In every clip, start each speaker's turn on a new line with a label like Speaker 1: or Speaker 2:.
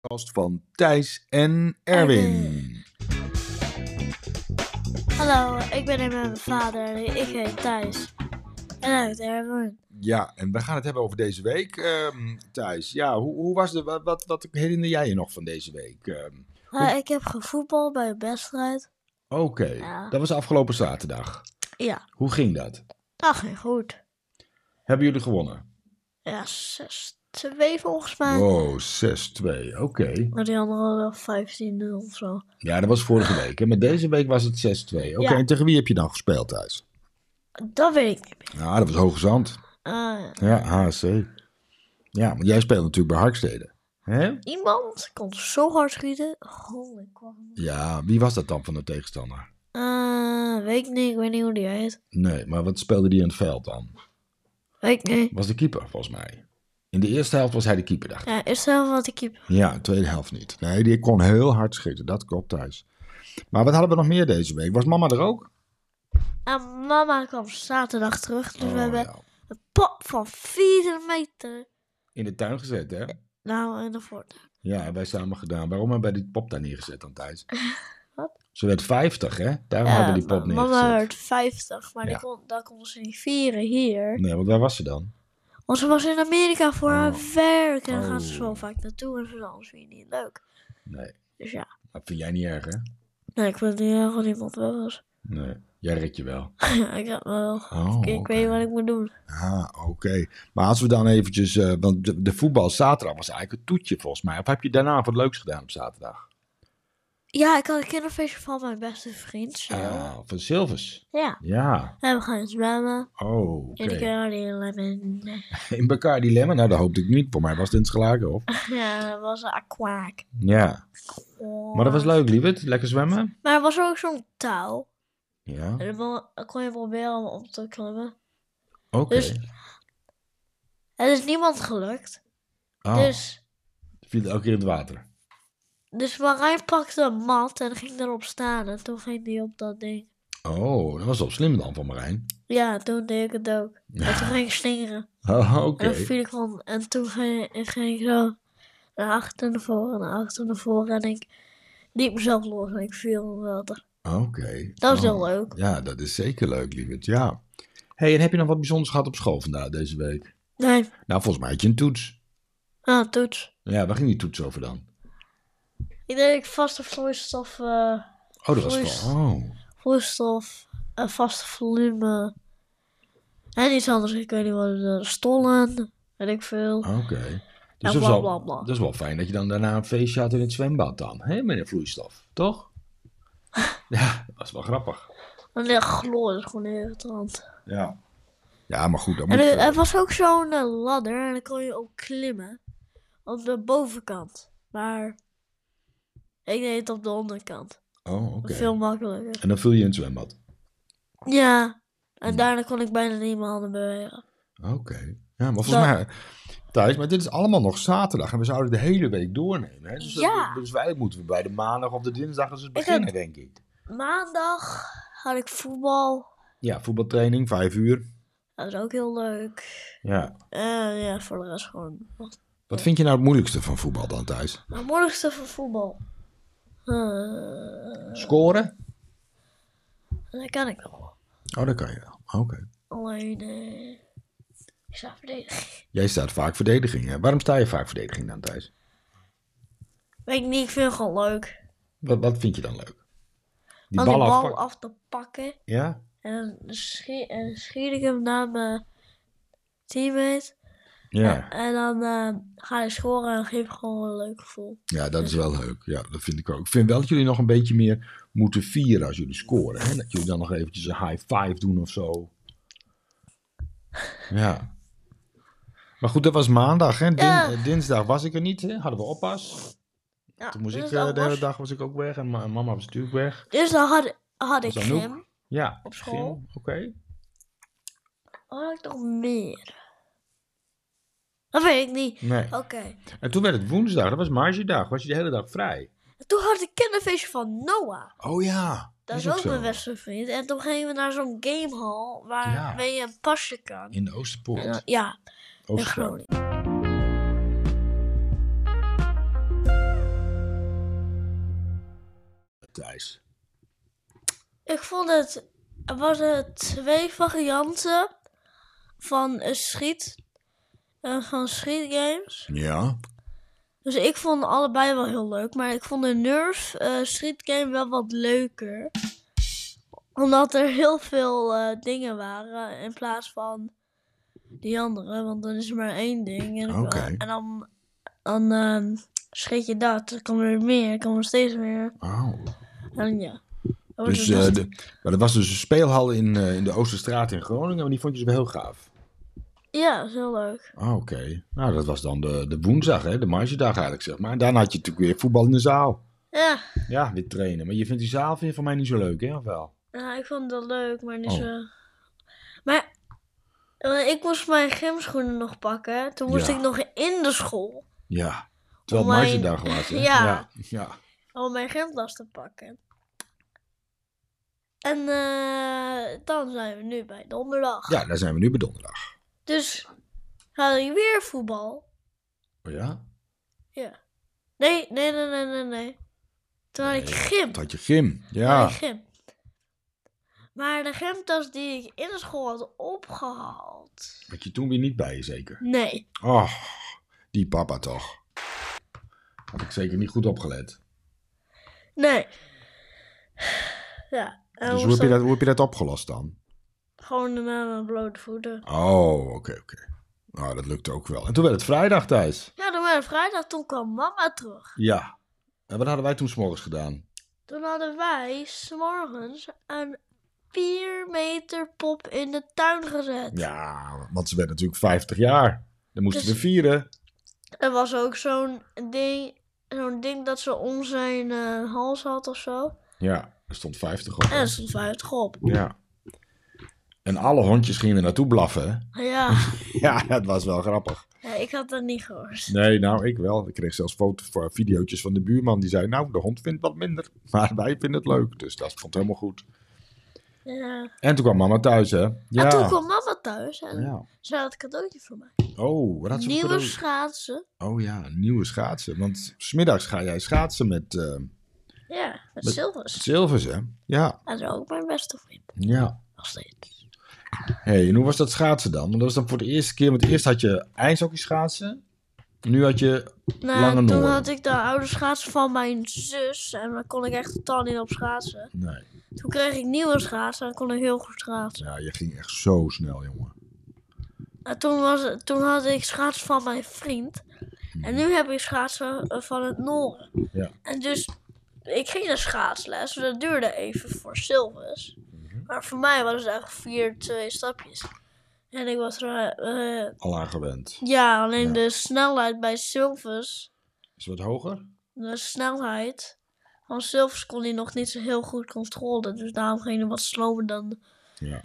Speaker 1: podcast van Thijs en Erwin.
Speaker 2: Erwin. Hallo, ik ben mijn vader en ik heet Thijs. En hij heet Erwin.
Speaker 1: Ja, en we gaan het hebben over deze week, ehm, Thijs. Ja, hoe, hoe was het? Wat, wat, wat herinner jij je nog van deze week? Ehm,
Speaker 2: Maar ik heb gevoetbald bij een wedstrijd.
Speaker 1: Oké,
Speaker 2: Ja.
Speaker 1: dat was afgelopen zaterdag.
Speaker 2: Ja,
Speaker 1: Hoe ging dat?
Speaker 2: dat ging goed.
Speaker 1: Hebben jullie gewonnen?
Speaker 2: Ja, 6-2 volgens mij.
Speaker 1: Wow, 6-2. Oké.
Speaker 2: Maar die andere hadden 15-0 of zo.
Speaker 1: Ja, dat was vorige week. Hè? Maar deze week was het 6-2. Oké,
Speaker 2: Ja.
Speaker 1: en tegen wie heb je dan gespeeld, Thijs?
Speaker 2: Dat weet ik niet meer.
Speaker 1: Ja, dat was Hoge Zand.
Speaker 2: Eh,
Speaker 1: Ja, HSC. Ja, want jij speelt natuurlijk bij Harkstede. Hè?
Speaker 2: iemand kon zo hard schieten. Holy kwam.
Speaker 1: Ja, wie was dat dan van de tegenstander?
Speaker 2: Eh, weet ik niet, ik weet niet hoe die heet.
Speaker 1: Nee, maar wat speelde die in het veld dan?
Speaker 2: Weet ik niet.
Speaker 1: Was de keeper, volgens mij. In de eerste helft was hij de keeper, dacht ik.
Speaker 2: Ja, is zelf wat ik keeper.
Speaker 1: Ja, tweede helft niet. Nee, die kon heel hard schieten. Dat klopt, Thijs. Maar wat hadden we nog meer deze week? Was mama er ook?
Speaker 2: En Ah, mama kwam zaterdag terug, dus we
Speaker 1: Oh,
Speaker 2: hebben
Speaker 1: ja.
Speaker 2: een pop van 4 meter.
Speaker 1: In de tuin gezet, hè?
Speaker 2: Nou, en de voort.
Speaker 1: Ja, hebben wij samen gedaan. Waarom hebben wij die pop daar neergezet dan, Thijs?
Speaker 2: Wat?
Speaker 1: Ze werd 50, hè? Daarom hebben we die pop neergezet.
Speaker 2: mama werd 50, maar
Speaker 1: Ja.
Speaker 2: die kon, dat konden ze niet vieren hier.
Speaker 1: Nee, want waar was ze dan?
Speaker 2: Want ze was in Amerika voor haar
Speaker 1: Oh.
Speaker 2: werk en dan gaat ze
Speaker 1: Oh.
Speaker 2: zo vaak naartoe en ze zei, anders vind je het niet leuk.
Speaker 1: Nee,
Speaker 2: Dus ja,
Speaker 1: dat vind jij niet erg, hè?
Speaker 2: nee, ik weet niet erg wat iemand wel was.
Speaker 1: Nee, jij redt je wel.
Speaker 2: ik heb wel.
Speaker 1: Oh,
Speaker 2: ik
Speaker 1: oké.
Speaker 2: weet niet wat ik moet doen.
Speaker 1: Ah, oké. Maar als we dan eventjes... eh, want de, de voetbal zaterdag was eigenlijk een toetje, volgens mij. Of heb je daarna wat leuks gedaan op zaterdag?
Speaker 2: Ja, ik had een kinderfeestje van mijn beste vriend. zo.
Speaker 1: Ah, van Silvers.
Speaker 2: Ja.
Speaker 1: Ja,
Speaker 2: En we gaan zwemmen.
Speaker 1: oh, oké.
Speaker 2: En ik heb alleen lemon.
Speaker 1: In Bacardi Lemon? Nou, dat hoopte ik niet. Voor mij was het in het Schelaken, of?
Speaker 2: Ja, dat was een aquaak.
Speaker 1: Ja. Maar dat was leuk, lieverd. Lekker zwemmen.
Speaker 2: Maar er was ook zo'n touw.
Speaker 1: Ja,
Speaker 2: En dan mo- kon je proberen om op te klimmen.
Speaker 1: oké.
Speaker 2: Dus- Het is niemand gelukt.
Speaker 1: Oh,
Speaker 2: Dus,
Speaker 1: viel elke keer in het water.
Speaker 2: dus Marijn pakte een mat en ging erop staan. En toen ging die op dat ding.
Speaker 1: Oh, dat was wel slim dan van Marijn.
Speaker 2: Ja, toen deed ik het ook. En toen
Speaker 1: Ja,
Speaker 2: ging ik slingeren.
Speaker 1: oh, oké.
Speaker 2: En dan viel ik om. En toen ging, en ging ik zo naar achter, naar voren, naar achter, naar voren. En ik liep mezelf los en ik viel in het water.
Speaker 1: Oké.
Speaker 2: Dat was
Speaker 1: Oh.
Speaker 2: heel leuk.
Speaker 1: Ja, dat is zeker leuk, lieverd. Ja. hey, en heb je nog wat bijzonders gehad op school vandaag deze week?
Speaker 2: Nee,
Speaker 1: Nou, volgens mij had je een toets.
Speaker 2: ah, toets.
Speaker 1: Ja, waar ging die toets over dan?
Speaker 2: Ik denk dat ik vaste vloeistof... eh,
Speaker 1: Oh, dat was
Speaker 2: Vloeis-
Speaker 1: van... Oh.
Speaker 2: vloeistof, een vaste volume. En iets anders, ik weet niet wat het eh, Stollen, weet ik veel.
Speaker 1: Oké. Dus
Speaker 2: Ja,
Speaker 1: dat, is wel,
Speaker 2: Nou, bla, bla, bla.
Speaker 1: dat is wel fijn dat je dan daarna een feestje had in het zwembad dan. Hè, met een vloeistof. Toch? ja, dat was wel grappig.
Speaker 2: En de gloor is gewoon irritant.
Speaker 1: Ja. Ja, maar goed. Dat moet,
Speaker 2: En er,
Speaker 1: eh,
Speaker 2: er was ook zo'n eh, ladder en daar kon je op klimmen. Op de bovenkant. Maar ik deed het op de onderkant.
Speaker 1: oh, oké.
Speaker 2: eh, Veel makkelijker.
Speaker 1: En dan vul je in het zwembad.
Speaker 2: Ja. En daarna kon ik bijna niet mijn handen bewegen.
Speaker 1: Oké. Ja, maar volgens
Speaker 2: Dat-
Speaker 1: mij... Thijs, maar dit is allemaal nog zaterdag en we zouden de hele week doornemen. Hè? Dus, dat-
Speaker 2: Ja.
Speaker 1: dus wij moeten we bij de maandag of de dinsdag eens
Speaker 2: heb-
Speaker 1: beginnen, denk ik.
Speaker 2: Maandag had ik voetbal.
Speaker 1: Ja, voetbaltraining, vijf uur.
Speaker 2: Dat was ook heel leuk.
Speaker 1: Ja.
Speaker 2: En ja, voor de rest gewoon
Speaker 1: Wat vind je nou het moeilijkste van voetbal dan thuis?
Speaker 2: Het moeilijkste van voetbal. Eh,
Speaker 1: Scoren?
Speaker 2: dat kan ik wel.
Speaker 1: Oh, dat kan je wel. Oké.
Speaker 2: Alleen, eh, ik sta verdedigd.
Speaker 1: Jij staat vaak verdediging. Hè? Waarom sta je vaak verdediging dan thuis?
Speaker 2: Weet ik niet, ik vind het gewoon leuk.
Speaker 1: Wat, wat vind je dan leuk? Die
Speaker 2: Om Oh, die bal
Speaker 1: afpakken.
Speaker 2: af te pakken.
Speaker 1: Ja?
Speaker 2: En dan schiet, en dan schiet ik hem naar mijn teammate.
Speaker 1: Ja.
Speaker 2: En dan eh, ga hij scoren en dat geeft gewoon een leuk gevoel.
Speaker 1: Ja, dat is wel leuk. Ja, dat vind ik ook. Ik vind wel dat jullie nog een beetje meer moeten vieren als jullie scoren. Hè? Dat jullie dan nog eventjes een high five doen of zo. Ja. Maar goed, dat was maandag. Hè? Din-
Speaker 2: Ja.
Speaker 1: eh, Dinsdag was ik er niet. Hè? Hadden we oppas.
Speaker 2: Ja,
Speaker 1: Toen moest ik,
Speaker 2: dus
Speaker 1: eh,
Speaker 2: dat
Speaker 1: de hele
Speaker 2: was-
Speaker 1: dag was ik ook weg. En ma- mama was natuurlijk weg.
Speaker 2: Dus dan had, had ik
Speaker 1: Was Anouk?
Speaker 2: gym.
Speaker 1: Ja.
Speaker 2: Op school?
Speaker 1: gym, Oké.
Speaker 2: Wat had ik nog meer? Dat weet ik niet.
Speaker 1: Nee.
Speaker 2: Oké.
Speaker 1: En toen werd het woensdag. Dat was margedag. Was je de hele dag vrij.
Speaker 2: En Toen had ik een kinderfeestje van Noah.
Speaker 1: Oh ja.
Speaker 2: Dat is ook
Speaker 1: zo.
Speaker 2: mijn beste vriend. En toen gingen we naar zo'n gamehall waarmee je een pasje kan.
Speaker 1: In de Oosterpoort.
Speaker 2: En dan- ja, in
Speaker 1: Oosterpoort.
Speaker 2: Groningen.
Speaker 1: Thijs?
Speaker 2: Ik vond het. Er waren twee varianten van eh, schiet. eh, van schietgames.
Speaker 1: Ja.
Speaker 2: Dus ik vond allebei wel heel leuk. Maar ik vond de Nerf eh Street Game wel wat leuker. Omdat er heel veel eh, dingen waren. In plaats van die andere. Want dan is er maar één ding. En, dan-
Speaker 1: Oké.
Speaker 2: en dan, dan ehm, schiet je dat. Dan komt er weer meer. Dan komt er steeds meer.
Speaker 1: Oh.
Speaker 2: En ja. Dat was
Speaker 1: Dus,
Speaker 2: het
Speaker 1: eh,
Speaker 2: beste.
Speaker 1: de, maar er was dus een speelhal in, eh, in de Oosterstraat in Groningen. Maar die vond je dus wel heel gaaf.
Speaker 2: Ja, dat is heel leuk.
Speaker 1: Ah, oké. Nou, dat was dan de, de woensdag, hè? De margedag eigenlijk, zeg maar. En daarna had je natuurlijk weer voetbal in de zaal.
Speaker 2: Ja.
Speaker 1: Ja, weer trainen. Maar je vindt die zaal vind je van mij niet zo leuk, hè? Of wel?
Speaker 2: Ja, ik vond dat leuk, maar niet
Speaker 1: Oh.
Speaker 2: zo. Maar eh, ik moest mijn gymschoenen nog pakken. Toen moest
Speaker 1: Ja.
Speaker 2: ik nog in de school
Speaker 1: Ja. Terwijl
Speaker 2: Om
Speaker 1: het
Speaker 2: mijn-
Speaker 1: margedag was, hè?
Speaker 2: Ja.
Speaker 1: Ja. ja.
Speaker 2: om mijn gymtas te pakken. En eh, dan zijn we nu bij donderdag.
Speaker 1: Ja, daar zijn we nu bij donderdag.
Speaker 2: Dus ga je weer voetbal?
Speaker 1: Oh ja?
Speaker 2: Nee, nee, nee, nee, nee, nee. Toen had ik
Speaker 1: Nee,
Speaker 2: gym.
Speaker 1: Dat had je gym.
Speaker 2: Toen had
Speaker 1: Ja.
Speaker 2: ik gym. Maar de gymtas die ik in de school had opgehaald.
Speaker 1: Had je toen weer niet bij je, zeker?
Speaker 2: Nee.
Speaker 1: Oh, die papa toch. Had ik zeker niet goed opgelet.
Speaker 2: Nee. Ja.
Speaker 1: dus
Speaker 2: en Eh, hoe
Speaker 1: hoe heb,
Speaker 2: is
Speaker 1: je
Speaker 2: dat?
Speaker 1: dat, hoe heb je dat opgelost dan?
Speaker 2: Gewoon met mijn blote voeten.
Speaker 1: Oh, oké, oké. Nou, dat lukte ook wel. En toen werd het vrijdag, Thijs.
Speaker 2: Ja, toen werd het vrijdag, toen kwam mama terug.
Speaker 1: Ja. En wat hadden wij toen s'morgens gedaan?
Speaker 2: Toen hadden wij s'morgens een 4 meter pop in de tuin gezet.
Speaker 1: Ja, want ze werd natuurlijk 50 jaar. Dan moesten
Speaker 2: Dus-
Speaker 1: we vieren.
Speaker 2: Er was ook zo'n ding, zo'n ding dat ze om zijn eh, hals had of zo.
Speaker 1: Ja, er stond 50 op.
Speaker 2: En er stond 50 op.
Speaker 1: Ja. En alle hondjes gingen er naartoe blaffen. hè?
Speaker 2: Ja,
Speaker 1: Ja, dat was wel grappig.
Speaker 2: ja ik had dat niet gehoord.
Speaker 1: Nee, nou, ik wel. Ik kreeg zelfs foto, voor- videootjes van de buurman. Die zei, nou, de hond vindt wat minder. Maar wij vinden het leuk. Dus dat vond helemaal goed.
Speaker 2: Ja.
Speaker 1: En toen kwam mama thuis, hè? Ja.
Speaker 2: En toen kwam mama thuis en
Speaker 1: Ja.
Speaker 2: ze had een cadeautje voor mij.
Speaker 1: Oh, wat had ze voor
Speaker 2: Nieuwe
Speaker 1: cadeau?
Speaker 2: schaatsen.
Speaker 1: Oh ja, nieuwe schaatsen. Want smiddags ga jij schaatsen met eh
Speaker 2: Ja, met
Speaker 1: Met-
Speaker 2: zilvers.
Speaker 1: zilvers, hè? Ja,
Speaker 2: En zo ook mijn beste vriend.
Speaker 1: ja.
Speaker 2: Nog steeds.
Speaker 1: hey, en hoe was dat schaatsen dan? Want dat was dan voor de eerste keer. Want eerst had je ijshockey schaatsen. Nu had je...
Speaker 2: Nou,
Speaker 1: Lange
Speaker 2: toen
Speaker 1: Noorden.
Speaker 2: had ik de oude schaatsen van mijn zus. En daar kon ik echt totaal niet op schaatsen.
Speaker 1: Nee,
Speaker 2: Toen kreeg ik nieuwe schaatsen en kon ik heel goed schaatsen.
Speaker 1: ja, je ging echt zo snel, jongen.
Speaker 2: En toen, was, het- toen had ik schaatsen van mijn vriend. En nu heb ik schaatsen eh, van het Noorden.
Speaker 1: Ja.
Speaker 2: En dus, ik ging naar schaatsles. Dat duurde even voor Silvers.
Speaker 1: Mhm.
Speaker 2: Maar voor mij was het echt vier, twee stapjes. En ik was er... eh,
Speaker 1: Al aangewend.
Speaker 2: ja, alleen
Speaker 1: Ja.
Speaker 2: de snelheid bij Silvers...
Speaker 1: Is het wat hoger?
Speaker 2: de snelheid. Van Silvers kon hij nog niet zo heel goed controleren. Dus daarom ging hij wat slower dan.
Speaker 1: Ja.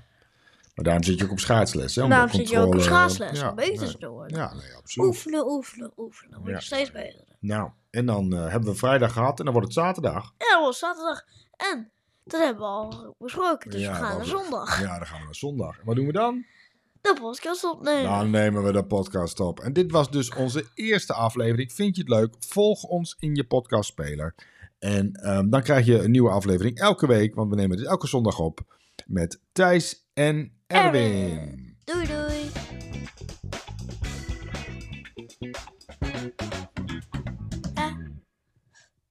Speaker 1: Maar daarom zit je ook op schaatsles, hè? Om
Speaker 2: daarom
Speaker 1: de
Speaker 2: zit je ook op
Speaker 1: controle-
Speaker 2: schaatsles. om beter
Speaker 1: nee.
Speaker 2: te worden.
Speaker 1: Ja, nee, absoluut.
Speaker 2: Oefenen, oefenen, oefenen. Dan word je
Speaker 1: Ja.
Speaker 2: steeds beter.
Speaker 1: Nou, en dan eh, hebben we vrijdag gehad en dan wordt het zaterdag.
Speaker 2: En dan was zaterdag. En dat hebben we al besproken. Dus
Speaker 1: Ja,
Speaker 2: we gaan naar
Speaker 1: dat-
Speaker 2: zondag.
Speaker 1: Ja, dan gaan we naar zondag. En wat doen we dan?
Speaker 2: De podcast opnemen.
Speaker 1: Dan nemen we de podcast op. En dit was dus onze eerste aflevering. Vind je het leuk? Volg ons in je podcastspeler. En ehm, dan krijg je een nieuwe aflevering elke week, want we nemen dit elke zondag op met Thijs en Erwin.
Speaker 2: Doei doei.